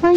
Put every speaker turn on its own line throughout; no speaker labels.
欢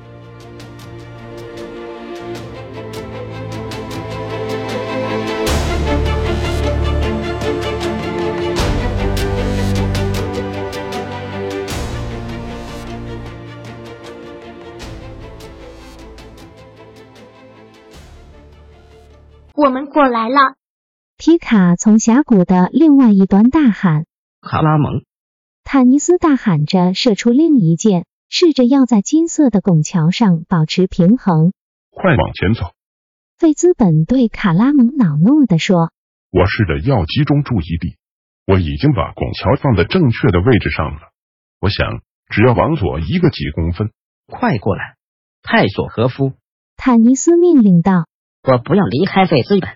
我们过来了！
皮卡从峡谷的另外一端大喊。
卡拉蒙，
坦尼斯大喊着射出另一箭，试着要在金色的拱桥上保持平衡。
快往前走！
费兹本对卡拉蒙恼怒地说
我试着要集中注意力，我已经把拱桥放在正确的位置上了。我想，只要往左一个几公分，
快过来！泰索和夫，：“
坦尼斯命令道。
我不要离开费兹本。”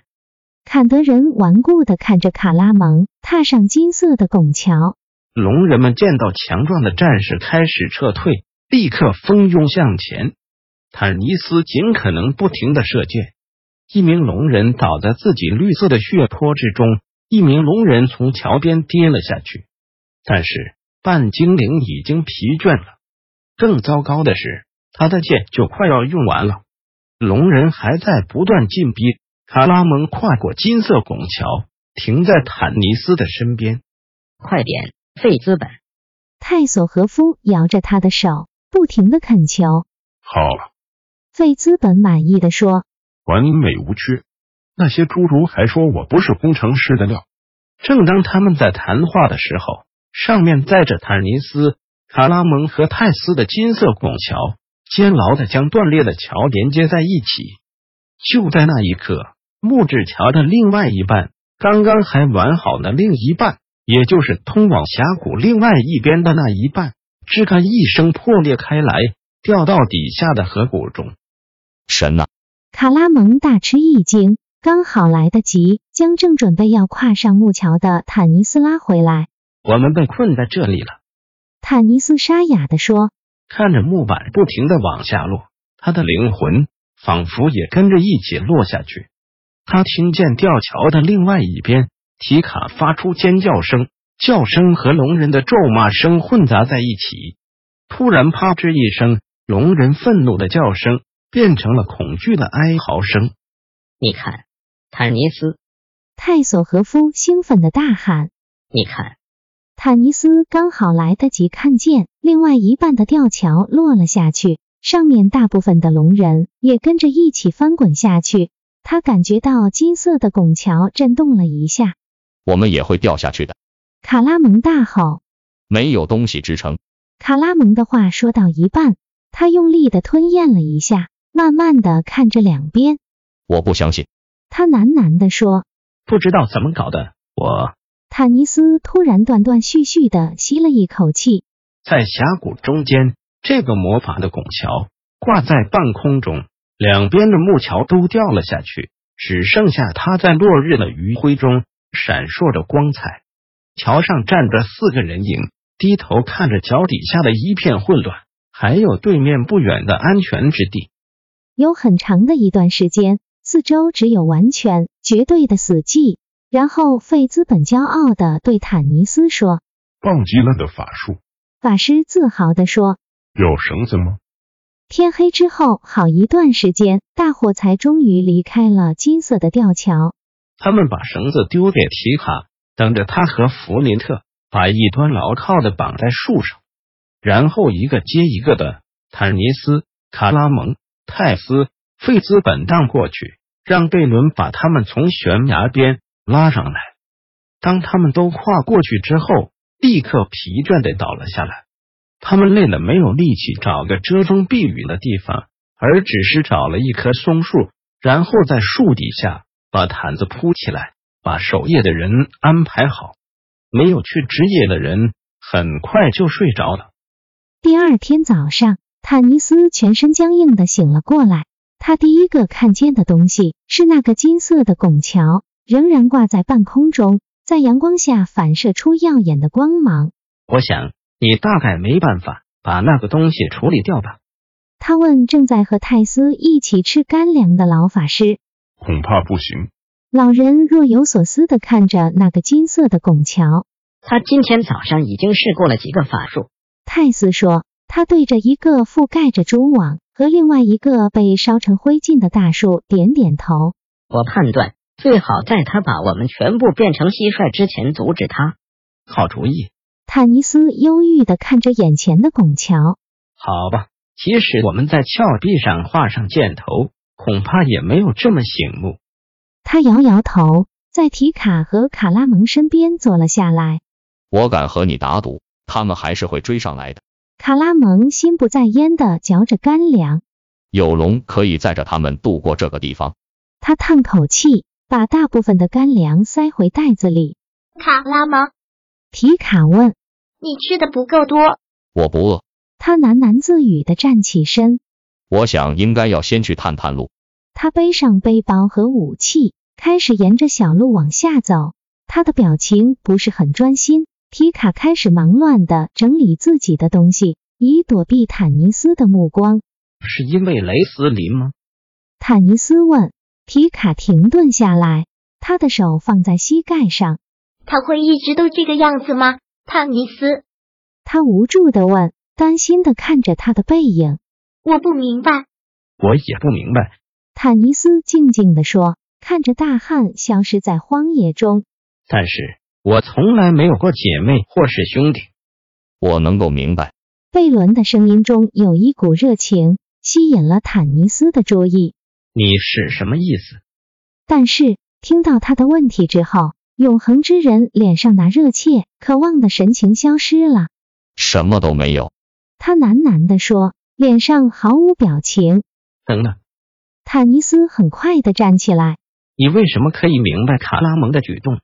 坎德人顽固地看着卡拉蒙踏上金色的拱桥。
龙人们见到强壮的战士开始撤退，立刻蜂拥向前。坦尼斯尽可能不停的射箭。一名龙人倒在自己绿色的血泊之中，一名龙人从桥边跌了下去。但是半精灵已经疲倦了，更糟糕的是，他的箭就快要用完了。龙人还在不断进逼，卡拉蒙跨过金色拱桥，停在坦尼斯的身边。
快点，费兹本！
泰索和夫摇着他的手，不停地恳求。
好了，
费兹本满意地说
完美无缺。那些侏儒还说我不是工程师的料。
正当他们在谈话的时候，上面载着坦尼斯、卡拉蒙和泰斯的金色拱桥，监牢的将断裂的桥连接在一起。就在那一刻，木质桥的另外一半，刚刚还完好的另一半，也就是通往峡谷另外一边的那一半，吱嘎一声破裂开来，掉到底下的河谷中。
神呐、：“
卡拉蒙大吃一惊，刚好来得及将正准备要跨上木桥的坦尼斯拉回来。
我们被困在这里了。”
坦尼斯沙哑地说
看着木板不停的往下落，他的灵魂仿佛也跟着一起落下去。他听见吊桥的另外一边，提卡发出尖叫声，叫声和龙人的咒骂声混杂在一起。突然，啪吱一声，龙人愤怒的叫声变成了恐惧的哀嚎声。
你看，坦尼斯，：“
泰索和夫兴奋地大喊。
你看，”
坦尼斯刚好来得及看见，另外一半的吊桥落了下去，上面大部分的龙人也跟着一起翻滚下去。他感觉到金色的拱桥震动了一下。
我们也会掉下去的。
卡拉蒙大吼，
没有东西支撑，
卡拉蒙的话说到一半，他用力的吞咽了一下，慢慢的看着两边，
我不相信。
他喃喃地说。
不知道怎么搞的，我
坦尼斯突然断断续续的吸了一口气，
在峡谷中间，这个魔法的拱桥挂在半空中，两边的木桥都掉了下去，只剩下它在落日的余晖中闪烁着光彩。桥上站着四个人影，低头看着桥底下的一片混乱，还有对面不远的安全之地。
有很长的一段时间，四周只有完全绝对的死寂。然后费兹本骄傲的对坦尼斯说
棒极了的法术，：“
法师自豪地说，
有绳子吗？
天黑之后好一段时间，大伙才终于离开了金色的吊桥。
他们把绳子丢给提卡，等着他和弗林特把一端牢靠的绑在树上，然后一个接一个的，坦尼斯、卡拉蒙、泰斯、费兹本荡过去，让贝伦把他们从悬崖边拉上来。当他们都跨过去之后，立刻疲倦的倒了下来。他们累得没有力气找个遮风避雨的地方，而只是找了一棵松树，然后在树底下把毯子铺起来，把守夜的人安排好。没有去值夜的人很快就睡着了。
第二天早上，坦尼斯全身僵硬的醒了过来。他第一个看见的东西是那个金色的拱桥，仍然挂在半空中，在阳光下反射出耀眼的光芒。
我想你大概没办法把那个东西处理掉吧。
他问正在和泰斯一起吃干粮的老法师。
恐怕不行。
老人若有所思的看着那个金色的拱桥。
他今天早上已经试过了几个法术，
泰斯说，他对着一个覆盖着蛛网和另外一个被烧成灰烬的大树点点头。
我判断最好在他把我们全部变成蟋蟀之前阻止他。
好主意，
坦尼斯忧郁的看着眼前的拱桥。
好吧。即使我们在峭壁上画上箭头，恐怕也没有这么醒目。
他摇摇头，在提卡和卡拉蒙身边坐了下来。
我敢和你打赌，他们还是会追上来的。
卡拉蒙心不在焉的嚼着干粮，
有龙可以载着他们渡过这个地方。
他叹口气，把大部分的干粮塞回袋子里。
卡拉蒙，
提卡问
你吃的不够多，
我不饿，
他，喃喃自语的站起身。
我想应该要先去探探路。
他背上背包和武器，开始沿着小路往下走。他的表情不是很专心。皮卡开始忙乱的整理自己的东西，以躲避坦尼斯的目光。
是因为雷斯林吗？
坦尼斯问皮卡，停顿下来，他的手放在膝盖上。
他会一直都这个样子吗？帕尼斯，
他无助的问，担心的看着他的背影。
我不明白。
我也不明白。
坦尼斯静静的说，看着大汉消失在荒野中。
但是我从来没有过姐妹或是兄弟。
我能够明白，
贝伦的声音中有一股热情，吸引了坦尼斯的注意。
你是什么意思？
但是听到他的问题之后，永恒之人脸上那热切、渴望的神情消失了。
什么都没有。
他喃喃地说，脸上毫无表情。
等等，
坦尼斯很快的站起来，
你为什么可以明白卡拉蒙的举动？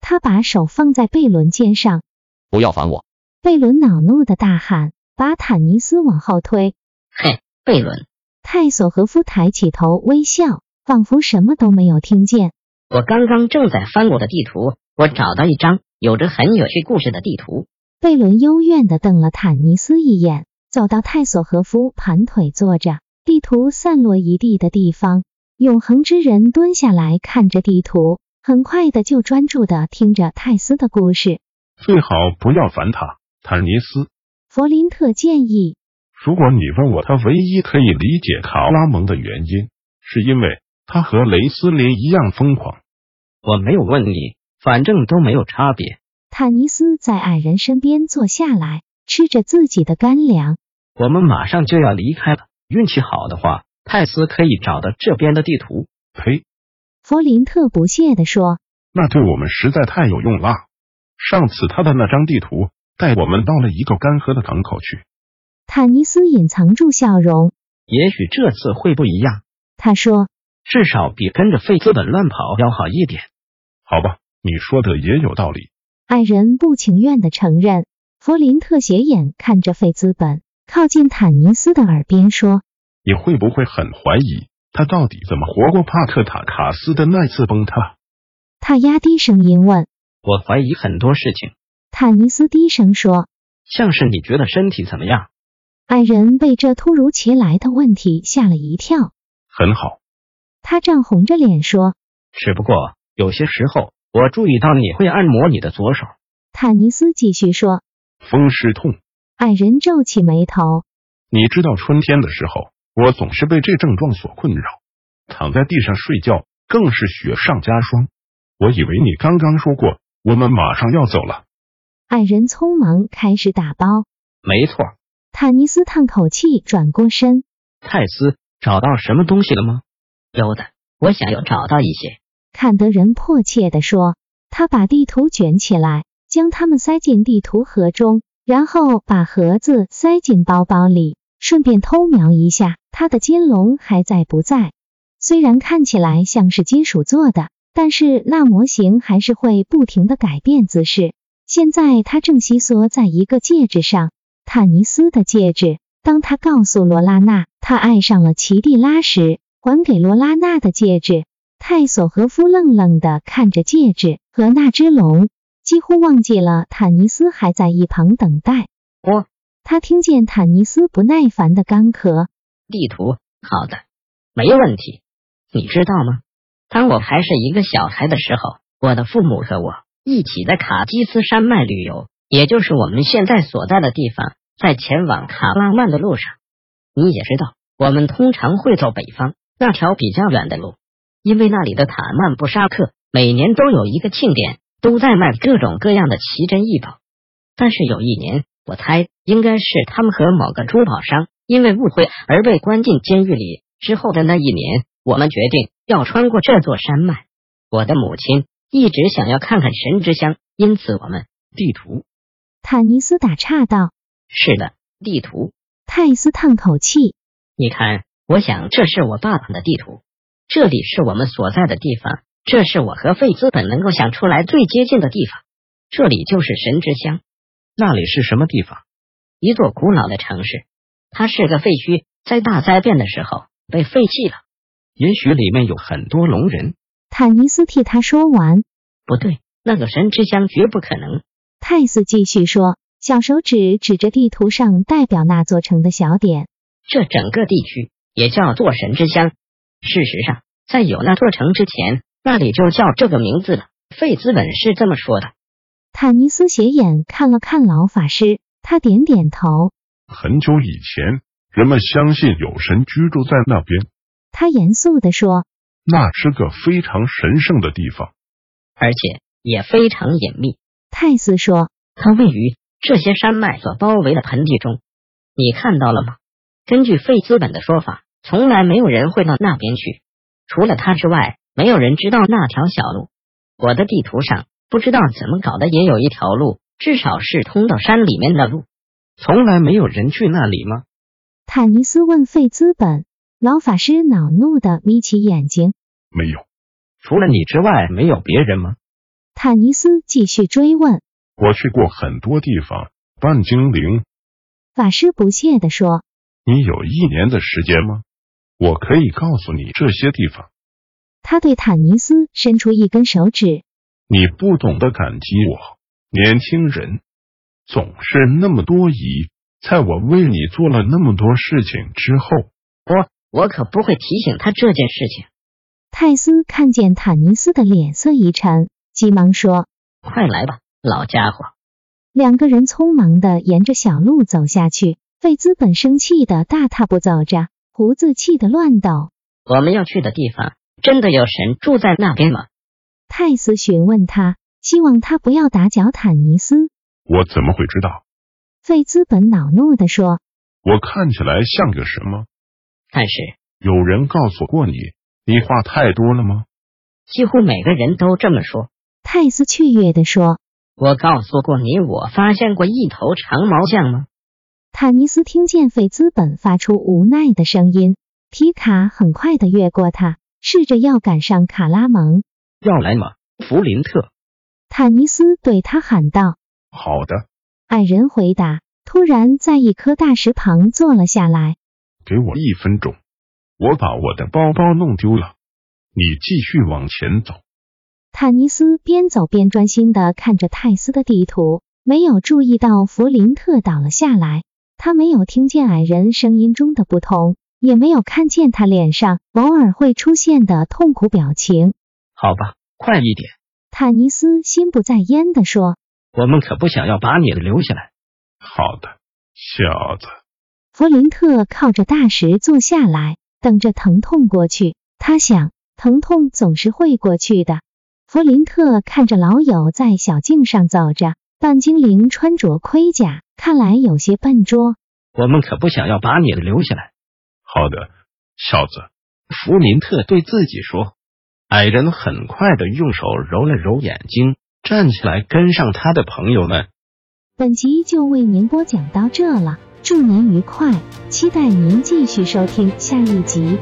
他把手放在贝伦肩上。
不要烦我。
贝伦恼怒的大喊，把坦尼斯往后推。
嘿，贝伦，
泰索和夫抬起头微笑，仿佛什么都没有听见。
我刚刚正在翻我的地图，我找到一张有着很有趣故事的地图。
贝伦幽怨的瞪了坦尼斯一眼，走到泰索和夫盘腿坐着，地图散落一地的地方。永恒之人蹲下来看着地图，很快的就专注的听着泰斯的故事。
最好不要烦他，坦尼斯。
弗林特建议，
如果你问我，他唯一可以理解卡拉蒙的原因，是因为他和雷斯林一样疯狂。
我没有问你，反正都没有差别。
坦尼斯在矮人身边坐下来，吃着自己的干粮。
我们马上就要离开了，运气好的话，泰斯可以找到这边的地图。
呸！
弗林特不屑地说
那对我们实在太有用啦！上次他的那张地图带我们到了一个干涸的港口去。：“
坦尼斯隐藏住笑容。
也许这次会不一样，”
他说
至少比跟着费资本乱跑要好一点。
好吧，你说的也有道理。：“
矮人不情愿的承认。”弗林特斜眼看着费兹本，靠近坦尼斯的耳边说
你会不会很怀疑他到底怎么活过帕克塔卡斯的那次崩塌？：“
他压低声音问。
我怀疑很多事情，”
坦尼斯低声说
像是你觉得身体怎么样？：“
矮人被这突如其来的问题吓了一跳，
很好，
他涨红着脸说
只不过有些时候我注意到你会按摩你的左手。：‘
坦尼斯继续说。’
风湿痛。
矮人皱起眉头，
你知道春天的时候，我总是被这症状所困扰，躺在地上睡觉更是雪上加霜。我以为你刚刚说过我们马上要走了，
矮人匆忙开始打包。
没错，
坦尼斯叹口气，转过身。
泰斯找到什么东西了吗？
有的，我想要找到一些。
看得人迫切地说：“他把地图卷起来，将它们塞进地图盒中，然后把盒子塞进包包里，顺便偷瞄一下他的金龙还在不在。虽然看起来像是金属做的，但是那模型还是会不停的改变姿势。现在他正吸缩在一个戒指上，坦尼斯的戒指。当他告诉罗拉娜他爱上了奇蒂拉时，还给罗拉娜的戒指。”泰索和夫愣愣的看着戒指和那只龙，几乎忘记了坦尼斯还在一旁等待。
哦，
他听见坦尼斯不耐烦的干咳，
地图，好的，没问题。你知道吗？当我还是一个小孩的时候，我的父母和我一起在卡基斯山脉旅游，也就是我们现在所在的地方。在前往卡拉曼的路上，你也知道，我们通常会走北方那条比较远的路，因为那里的塔曼布沙克每年都有一个庆典，都在卖各种各样的奇珍异宝。但是有一年，我猜应该是他们和某个珠宝商因为误会而被关进监狱里。之后的那一年，我们决定要穿过这座山脉。我的母亲一直想要看看神之乡，因此我们
地图
坦尼斯打岔道。
是的地图。
泰斯叹口气，
你看，我想这是我爸爸的地图，这里是我们所在的地方，这是我和费兹本能够想出来最接近的地方，这里就是神之乡，
那里是什么地方？
一座古老的城市，它是个废墟，在大灾变的时候被废弃了。
也许里面有很多龙人。
坦尼斯替他说完。
不对，那个神之乡绝不可能。
泰斯继续说，小手指指着地图上代表那座城的小点。
这整个地区也叫做神之乡。事实上，在有那座城之前，那里就叫这个名字了。费兹本是这么说的。
坦尼斯斜眼看了看老法师，他点点头。
很久以前，人们相信有神居住在那边，
他严肃地说
那是个非常神圣的地方。
而且也非常隐秘。：“
泰斯说，
它位于这些山脉所包围的盆地中。你看到了吗？根据费兹本的说法，从来没有人会到那边去，除了他之外，没有人知道那条小路。我的地图上不知道怎么搞的，也有一条路，至少是通到山里面的路。
从来没有人去那里吗？
坦尼斯问费兹本。”老法师恼怒的眯起眼睛。
没有，
除了你之外，没有别人吗？
坦尼斯继续追问。
我去过很多地方。半精灵，
法师不屑地说
你有一年的时间吗？我可以告诉你这些地方，：“
他对坦尼斯伸出一根手指。
你不懂得感激我，年轻人，总是那么多疑。在我为你做了那么多事情之后，
我可不会提醒他这件事情。”
泰斯看见坦尼斯的脸色一沉，急忙说
快来吧，老家伙！：“
两个人匆忙的沿着小路走下去。”费兹本生气的大踏步走着，胡子气得乱抖。
我们要去的地方真的有神住在那边吗？
泰斯询问他，希望他不要打搅坦尼斯。
我怎么会知道？
费兹本恼怒地说
我看起来像个什么？
但是
有人告诉过你，你话太多了吗？
几乎每个人都这么说。：“
泰斯雀跃地说。
我告诉过你，我发现过一头长毛象吗？”
坦尼斯听见费兹本发出无奈的声音，皮卡很快的越过他，试着要赶上卡拉蒙。
要来吗？弗林特，
坦尼斯对他喊道。
好的，
矮人回答，突然在一颗大石旁坐了下来。
给我一分钟，我把我的包包弄丢了。你继续往前走，
坦尼斯边走边专心的看着泰斯的地图，没有注意到弗林特倒了下来。他没有听见矮人声音中的不同，也没有看见他脸上偶尔会出现的痛苦表情。
好吧，快一点，
坦尼斯心不在焉地说
我们可不想要把你留下来。
好的，小子，：“
弗林特靠着大石坐下来，等着疼痛过去。”他想，疼痛总是会过去的。弗林特看着老友在小径上走着，半精灵穿着盔甲，看来有些笨拙。
我们可不想要把你留下来。
好的，小子，
弗林特对自己说。矮人很快的用手揉了揉眼睛，站起来跟上他的朋友们。
本集就为您播讲到这了，祝您愉快，期待您继续收听下一集。